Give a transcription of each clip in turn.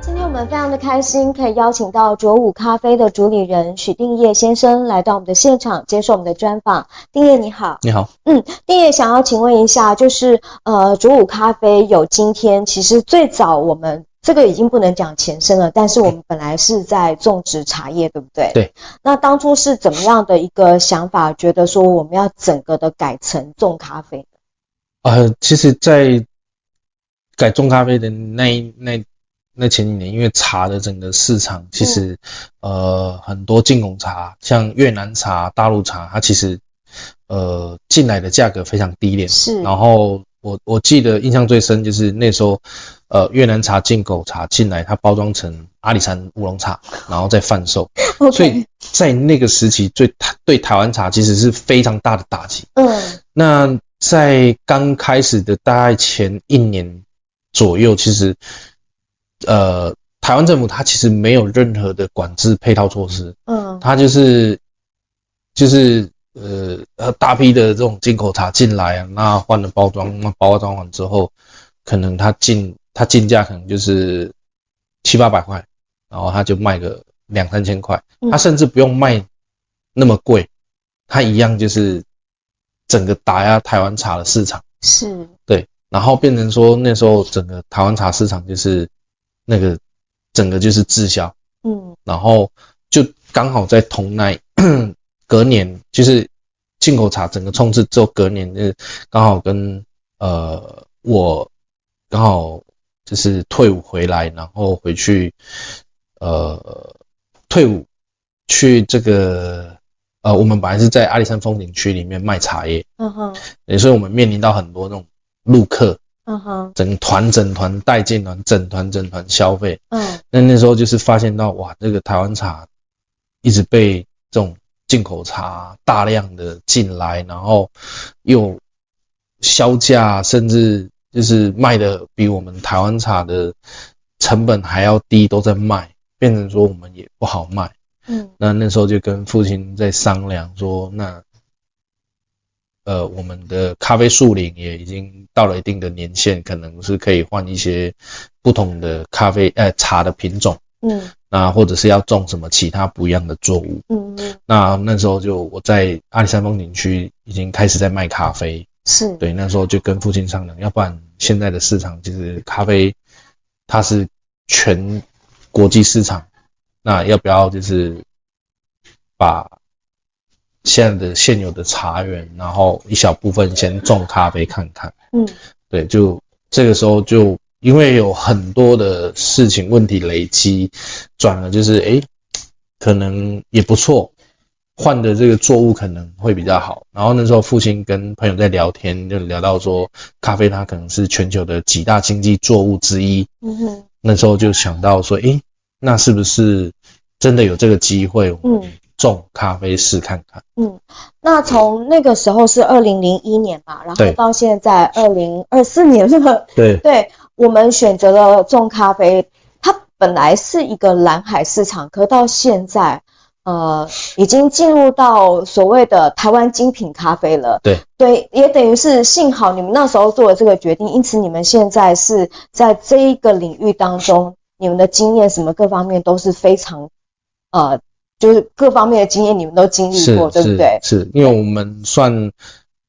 今天我们非常的开心，可以邀请到卓舞咖啡的主理人许定业先生来到我们的现场接受我们的专访。定业你好，你好，嗯，定业想要请问一下，就是呃，卓舞咖啡有今天，其实最早我们这个已经不能讲前身了，但是我们本来是在种植茶叶，对不对？对。那当初是怎么样的一个想法，觉得说我们要整个的改成种咖啡？呃，其实，在改种咖啡的那一那那前几年，因为茶的整个市嗯场，其实、呃很多进口茶，像越南茶、大陆茶，它其实呃进来的价格非常低廉。是然后我我记得印象最深就是那时候，呃越南茶进口茶进来，它包装成阿里山乌龙茶，然后再贩售。所以，OK，在那个时期，对台对台湾茶其实是非常大的打击。 嗯，那在刚开始的大概前一年左右，其实，呃，台湾政府它其实没有任何的管制配套措施，嗯，它就是就是呃呃大批的这种进口茶进来啊，那换了包装，那包装完之后，可能它进它进价可能就是七八百块，然后它就卖个两三千块，嗯它甚至不用卖那么贵，它一样就是整个打压台湾茶的市场，是，对，然后变成说那时候整个台湾茶市场就是那个整个就是滞销。嗯，然后就刚好在同那一 隔年，就是进口茶整个冲刺之后，隔年就是刚好跟呃我刚好就是退伍回来，然后回去呃退伍去这个呃我们本来是在阿里山风景区里面卖茶叶，嗯哼，也所以我们面临到很多那种陆客，嗯哼，整团整团带进团，整团整团消费，嗯，那那时候就是发现到哇，这个台湾茶一直被这种进口茶大量的进来，然后又销价，甚至就是卖的比我们台湾茶的成本还要低，都在卖，变成说我们也不好卖。嗯，那那时候就跟父亲在商量说，那呃，我们的咖啡树龄也已经到了一定的年限，可能是可以换一些不同的咖啡呃茶的品种，嗯，那或者是要种什么其他不一样的作物。嗯，嗯，那那时候就我在阿里山风景区已经开始在卖咖啡，是，对，那时候就跟父亲商量，要不然现在的市场其实咖啡它是全国际市场，那要不要就是把现在的现有的茶园，然后一小部分先种咖啡看看？嗯，对，就这个时候就因为有很多的事情问题累积，转了就是诶，可能也不错，换的这个作物可能会比较好。然后那时候父亲跟朋友在聊天，就聊到说咖啡它可能是全球的几大经济作物之一。嗯哼，那时候就想到说，诶，那是不是真的有这个机会，我们嗯种咖啡试看看？嗯，那从那个时候是二零零一年嘛，然后对到现在二零二四年了，对，对我们选择了种咖啡，它本来是一个蓝海市场，可到现在，呃，已经进入到所谓的台湾精品咖啡了。对对，也等于是幸好你们那时候做了这个决定，因此你们现在是在这一个领域当中，你们的经验什么各方面都是非常，呃，就是各方面的经验你们都经历是过，对不是对？是，因为我们算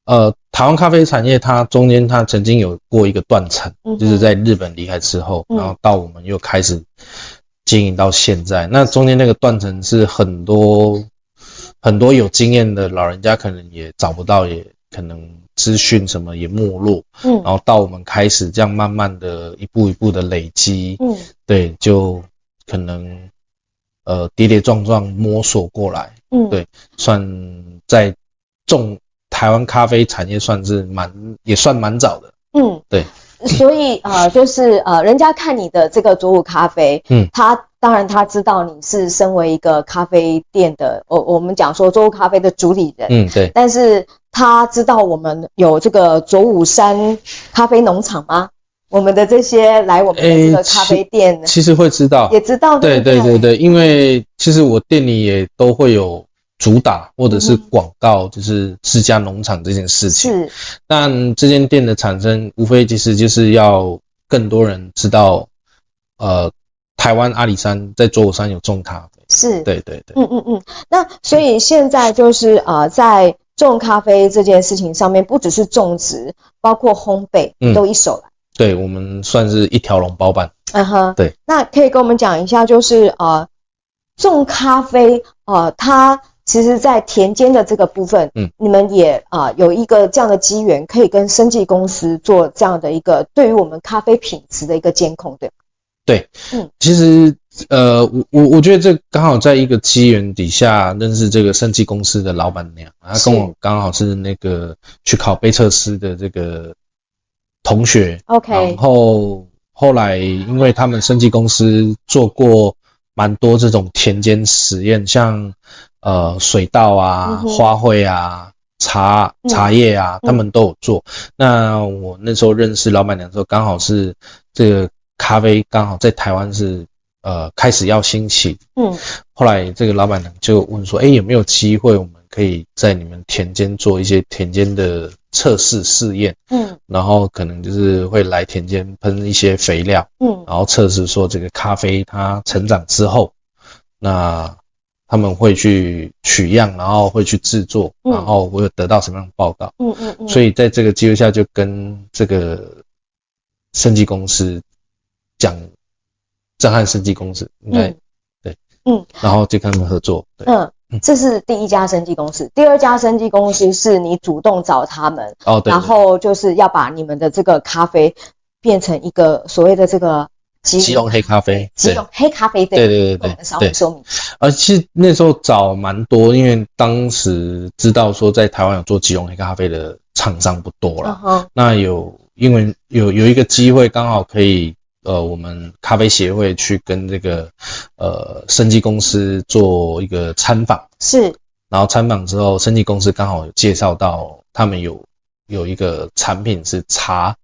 呃，台湾咖啡产业它中间它曾经有过一个断层，嗯哼就是在日本离开之后，嗯然后到我们又开始经营到现在。那中间那个断层是很多很多有经验的老人家可能也找不到，也可能资讯什么也没落，嗯然后到我们开始这样慢慢的一步一步的累积，嗯对，就可能呃跌跌撞撞摸索过来。嗯，对算在种台湾咖啡产业算是蛮也算蛮早的，嗯，对，所以呃，就是呃，人家看你的这个左午咖啡，嗯，他当然他知道你是身为一个咖啡店的，我我们讲说左午咖啡的主理人，嗯，对，但是他知道我们有这个左武山咖啡农场吗？我们的这些来我们的这个咖啡店嗯其实会知道，也知道，对对对不对对，因为其实我店里也都会有主打或者是广告，就是自家农场这件事情。嗯是但这间店的产生，无非其实就是要更多人知道，呃，台湾阿里山在左武山有种咖啡。是，对对对，嗯嗯嗯。那所以现在就是呃，在种咖啡这件事情上面，不只是种植，包括烘焙嗯都一手来。对我们算是一条龙包办。嗯哼，对。那可以跟我们讲一下，就是呃，种咖啡呃，它其实在田间的这个部分，嗯，你们也啊、呃有一个这样的机缘，可以跟生技公司做这样的一个对于我们咖啡品质的一个监控，对吗？其实，呃，我我我觉得这刚好在一个机缘底下认识这个生技公司的老板娘，她是跟我刚好是那个去考杯测师的这个同学，然 OK，后后来因为他们生技公司做过蛮多这种田间实验，像呃水稻嗯啊、哼花卉啊、茶嗯茶叶啊，嗯他们都有做。那我那时候认识老板娘的时候，刚好是这个咖啡刚好在台湾是呃开始要兴起，嗯，后来这个老板娘就问说：“哎，有没有机会我们可以在你们田间做一些田间的测试试验？”嗯然后可能就是会来田间喷一些肥料，嗯然后测试说这个咖啡它成长之后，那他们会去取样，然后会去制作，嗯然后我有得到什么样的报告，嗯嗯嗯，所以在这个机会下就跟这个生技公司讲，震撼生技公司应该、嗯对，嗯，然后就跟他们合作，对，嗯嗯，这是第一家生技公司，第二家生技公司是你主动找他们，哦对，然后就是要把你们的这个咖啡变成一个所谓的这个对吉吉隆黑咖啡，吉隆嗯黑咖啡对店。对对跟对我们稍对微对。说明一下。而啊其实那时候找蛮多，因为当时知道说在台湾有做吉隆黑咖啡的厂商不多嗯啦。哼，那有因为有有一个机会，刚好可以呃，我们咖啡协会去跟这个呃生技公司做一个参访，是然后参访之后，生技公司刚好有介绍到他们有有一个产品是茶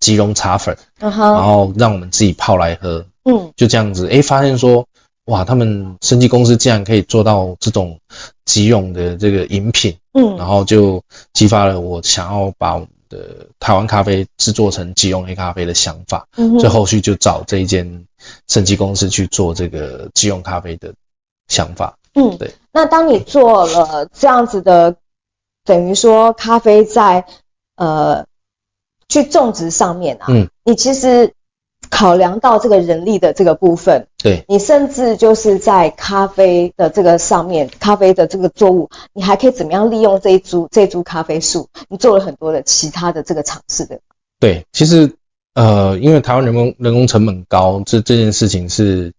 吉隆茶粉，嗯然哼，后让我们自己泡来喝，嗯就这样子，诶，发现说，哇，他们生技公司竟然可以做到这种即溶的这个饮品，然嗯后就激发了我想要把我们的台湾咖啡制作成即溶黑咖啡的想法，嗯哼，所以后续就找这一间生技公司去做这个即溶咖啡的想法。嗯对。那当你做了这样子的，等于说咖啡在呃去种植上面啊，嗯，你其实考量到这个人力的这个部分，对，你甚至就是在咖啡的这个上面，咖啡的这个作物，你还可以怎么样利用这一株这一株咖啡树？你做了很多的其他的这个尝试的，对，其实呃，因为台湾人工人工成本高，这这件事情是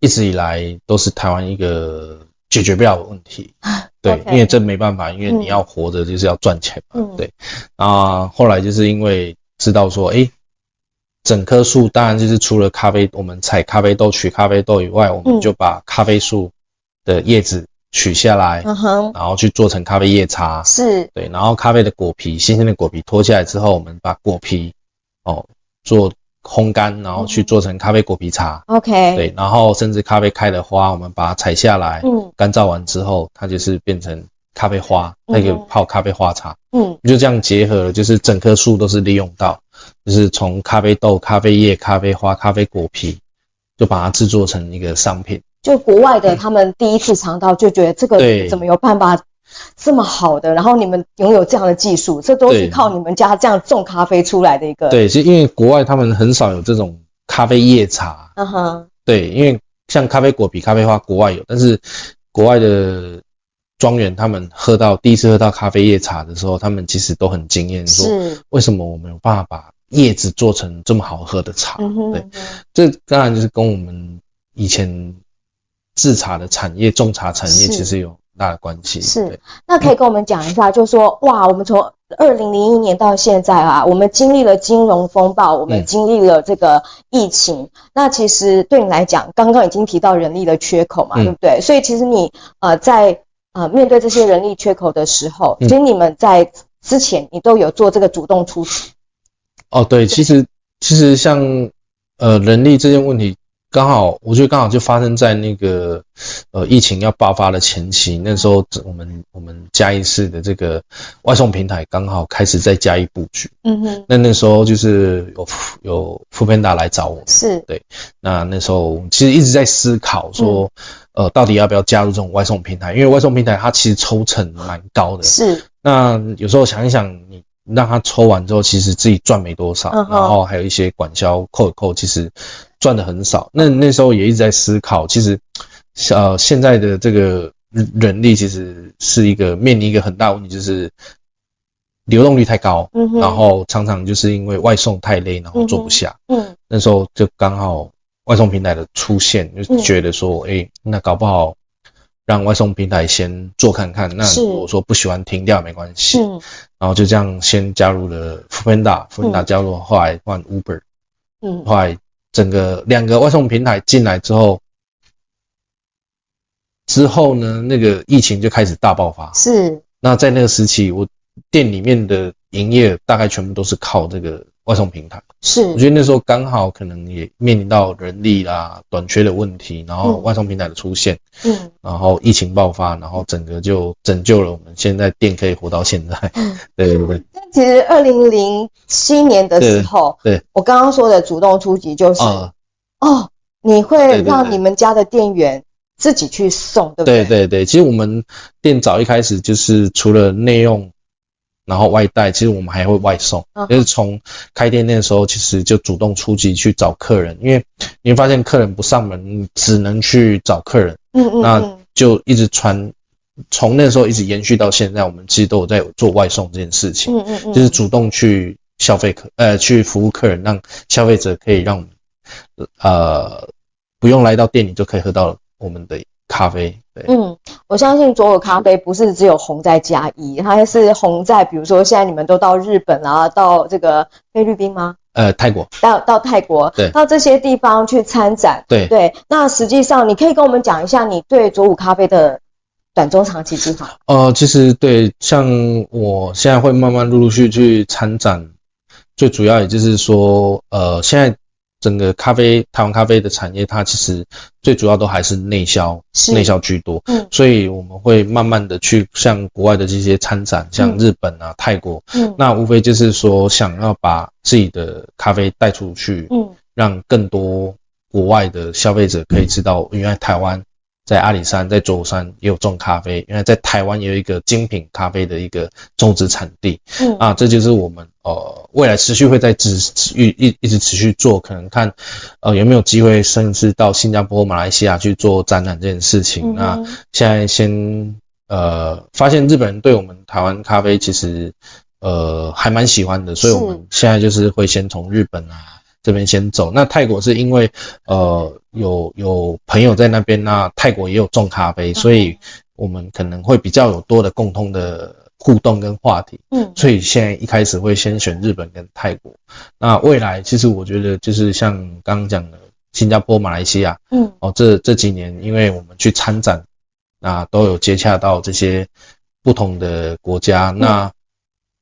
一直以来都是台湾一个解决不了的问题。对啊 OK 因为这没办法，因为嗯你要活着就是要赚钱嘛。嗯对啊、后来就是因为知道说，诶，整棵树当然就是除了咖啡，我们采咖啡豆取咖啡豆以外，我嗯们就把咖啡树的叶子取下来，嗯哼，然后去做成咖啡叶茶。是，对，然后咖啡的果皮，新鲜的果皮脱下来之后，我们把果皮哦做烘干，然后去嗯做成咖啡果皮茶。 OK，对，然后甚至咖啡开的花，我们把它采下来，哎嗯干燥完之后，它就是变成咖啡花，它可以嗯哼泡咖啡花茶。嗯就这样结合了，就是整棵树都是利用到，就是从咖啡豆、咖啡叶、咖啡花、咖啡果皮，就把它制作成一个商品。就国外的，他们第一次尝到就觉得这个对怎么有办法这么好的，然后你们拥有这样的技术，这都是对靠你们家这样种咖啡出来的一个。，对，其实因为国外他们很少有这种咖啡叶茶，嗯哼，对，因为像咖啡果比咖啡花国外有，但是国外的庄园他们喝到第一次喝到咖啡叶茶的时候，他们其实都很惊艳，说是，为什么我们有办法把叶子做成这么好喝的茶？嗯哼，对嗯哼这当然就是跟我们以前制茶的产业、种茶产业是其实有很大的关系。是对那可以跟我们讲一下，就说哇，我们从二零零一年到现在啊，我们经历了金融风暴，我们嗯经历了这个疫情。那其实对你来讲，刚刚已经提到人力的缺口嘛，嗯对不对？所以其实你呃在呃面对这些人力缺口的时候，嗯其实你们在之前你都有做这个主动出击，哦，对，其实其实像呃人力这件问题，刚好我觉得刚好就发生在那个呃疫情要爆发的前期，那时候我们我们嘉义市的这个外送平台刚好开始在嘉义布局，嗯哼，那那时候就是有有富平达来找我们，是，那那时候其实一直在思考说，呃，到底要不要加入这种外送平台？因为外送平台它其实抽成蛮高的，是，那有时候想一想，你让他抽完之后，其实自己赚没多少，嗯哼然后还有一些管销扣一扣，其实赚的很少。那那时候也一直在思考，其实呃现在的这个人力其实是一个面临一个很大的问题，就是流动率太高，嗯哼，然，后常常就是因为外送太累，然后做不下。嗯，那时候就刚好外送平台的出现，嗯就觉得说，哎、那搞不好让外送平台先做看看。那是如果说不喜欢停掉也没关系，嗯，然后就这样先加入了 f o o p a n d a f o o p a n d a 加入，后来换 Uber，、嗯，后来整个两个外送平台进来之后，之后呢，那个疫情就开始大爆发。是，那在那个时期，我店里面的营业大概全部都是靠这个外送平台。我是，嗯觉得那时候刚好可能也面临到人力啦短缺的问题，然后嗯外送平台的出现，嗯，然后疫情爆发，然后整个就拯救了我们现在店可以活到现在。嗯 对对对，但其实二零零七年的时候，对对我刚刚说的主动出击就是，啊、哦，你对会对对让你们家的店员自己去送，对不对对？对对，其实我们店早一开始就是除了内用，然后外带，其实我们还会外送，嗯哼就是从开店那时候，其实就主动出击去找客人，因为你会发现客人不上门，你只能去找客人。嗯嗯那嗯，就一直传，从那时候一直延续到现在，我们其实都有在做外送这件事情，嗯嗯嗯，就是主动去消费客，呃，去服务客人，让消费者可以让我们，呃，不用来到店里就可以喝到我们的咖啡，对，嗯，我相信左耳咖啡不是只有红在嘉义，它还是红在，比如说现在你们都到日本啊，到这个菲律宾吗？呃，泰国，到到泰国对，到这些地方去参展。对，对，那实际上你可以跟我们讲一下你对左武咖啡的短中长期计划。呃，其实对，像我现在会慢慢陆陆续续去参展，最主要也就是说，呃，现在整个咖啡台湾咖啡的产业，它其实最主要都还是内销，是内销居多，嗯所以我们会慢慢的去像国外的这些参展，像日本啊、泰国，嗯那无非就是说想要把自己的咖啡带出去，嗯让更多国外的消费者可以知道，原来台湾在阿里山、在舟山也有种咖啡，原来在台湾也有一个精品咖啡的一个种植产地嗯啊，这就是我们呃未来持续会在持续一一直持续做，可能看呃有没有机会，甚至到新加坡、马来西亚去做展览这件事情。嗯那哼现在先呃发现日本人对我们台湾咖啡其实呃还蛮喜欢的，所以我们现在就是会先从日本啊这边先走。那泰国是因为呃有有朋友在那边，那泰国也有种咖啡，所以我们可能会比较有多的共通的互动跟话题。嗯所以现在一开始会先选日本跟泰国。那未来其实我觉得就是像刚刚讲的新加坡、马来西亚，嗯哦，这这几年因为我们去参展，那都有接洽到这些不同的国家。那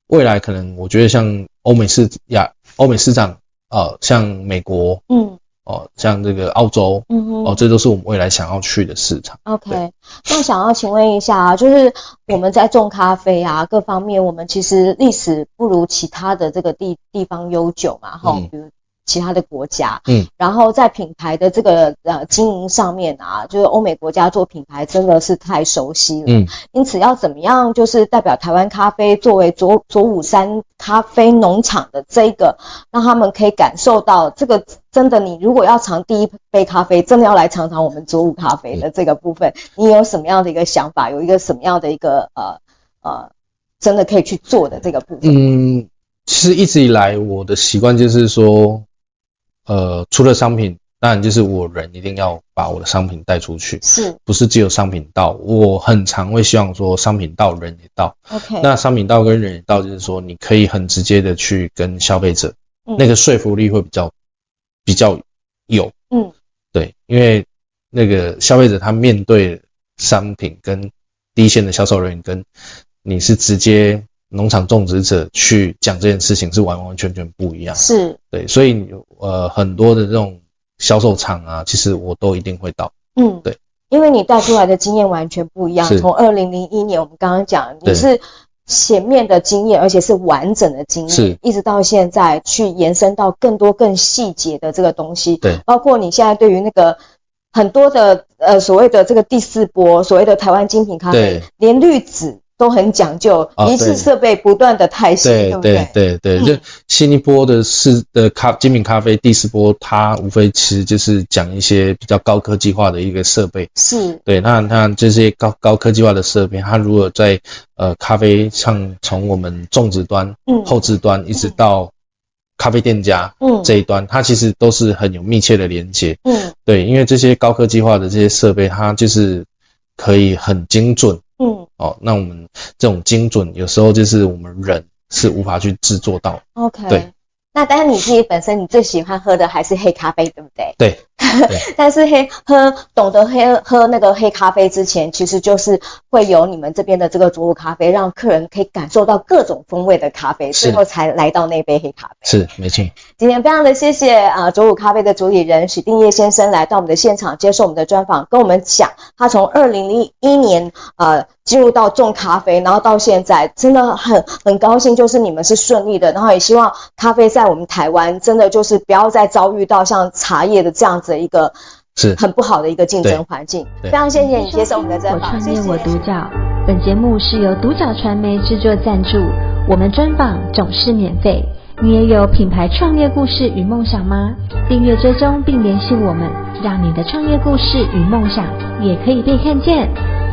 未来可能我觉得像欧美市亚、欧美市场，呃，像美国，嗯哦，像这个澳洲，嗯哼哦，这都是我们未来想要去的市场。 OK，对那想要请问一下啊，就是我们在种咖啡啊，各方面，我们其实历史不如其他的这个地地方悠久嘛，哈、嗯比如其他的国家，嗯，然后在品牌的这个呃经营上面啊，就是欧美国家做品牌真的是太熟悉了，嗯，因此要怎么样，就是代表台湾咖啡作为左左武山咖啡农场的这一个，让他们可以感受到这个真的，你如果要尝第一杯咖啡，真的要来尝尝我们左武咖啡嗯的这个部分，你有什么样的一个想法？有一个什么样的一个呃呃，真的可以去做的这个部分？嗯，其实一直以来我的习惯就是说，呃，除了商品，当然就是我人一定要把我的商品带出去，是不是只有商品到，我很常会希望说商品到人也到。 OK，那商品道跟人行道就是说，你可以很直接的去跟消费者，嗯那个说服力会比较比较有，嗯，对，因为那个消费者他面对商品跟第一线的销售人员，跟你是直接农场种植者去讲这件事情是完完全全不一样的。是，对，所以呃很多的这种销售场啊，其实我都一定会到。嗯，对，因为你带出来的经验完全不一样。是从二零零一年，我们刚刚讲，你对是前面的经验，而且是完整的经验是，一直到现在去延伸到更多更细节的这个东西。对包括你现在对于那个很多的呃所谓的这个第四波，所谓的台湾精品咖啡对，连滤纸都很讲究，啊仪式对设备不断的太新，对不对对对，嗯就新一波的是的咖精品咖啡第四波，它无非其实就是讲一些比较高科技化的一个设备。是，对，那那这些高高科技化的设备，它如果在呃咖啡上从我们种植端、嗯后置端一直到咖啡店家嗯这一端，它其实都是很有密切的连接。嗯对，因为这些高科技化的这些设备，它就是可以很精准嗯哦。那我们这种精准，有时候就是我们人是无法去制作到的。 ，OK。对那当然，你自己本身你最喜欢喝的还是黑咖啡，对不对？对， 但是黑喝懂得黑喝那个黑咖啡之前，其实就是会有你们这边的这个主物咖啡，让客人可以感受到各种风味的咖啡，是最后才来到那杯黑咖啡。是没错。今天非常的谢谢啊，九五咖啡的主理人许定业先生来到我们的现场接受我们的专访，跟我们讲他从二零零一年呃进入到种咖啡，然后到现在真的很很高兴，就是你们是顺利的，然后也希望咖啡在我们台湾真的就是不要再遭遇到像茶叶的这样子的一个是很不好的一个竞争环境。非对常谢谢你接受我们的专我访，创谢业谢。我独角。本节目是由独角传媒制作赞助，我们专访总是免费。你也有品牌创业故事与梦想吗？订阅追踪并联系我们，让你的创业故事与梦想也可以被看见。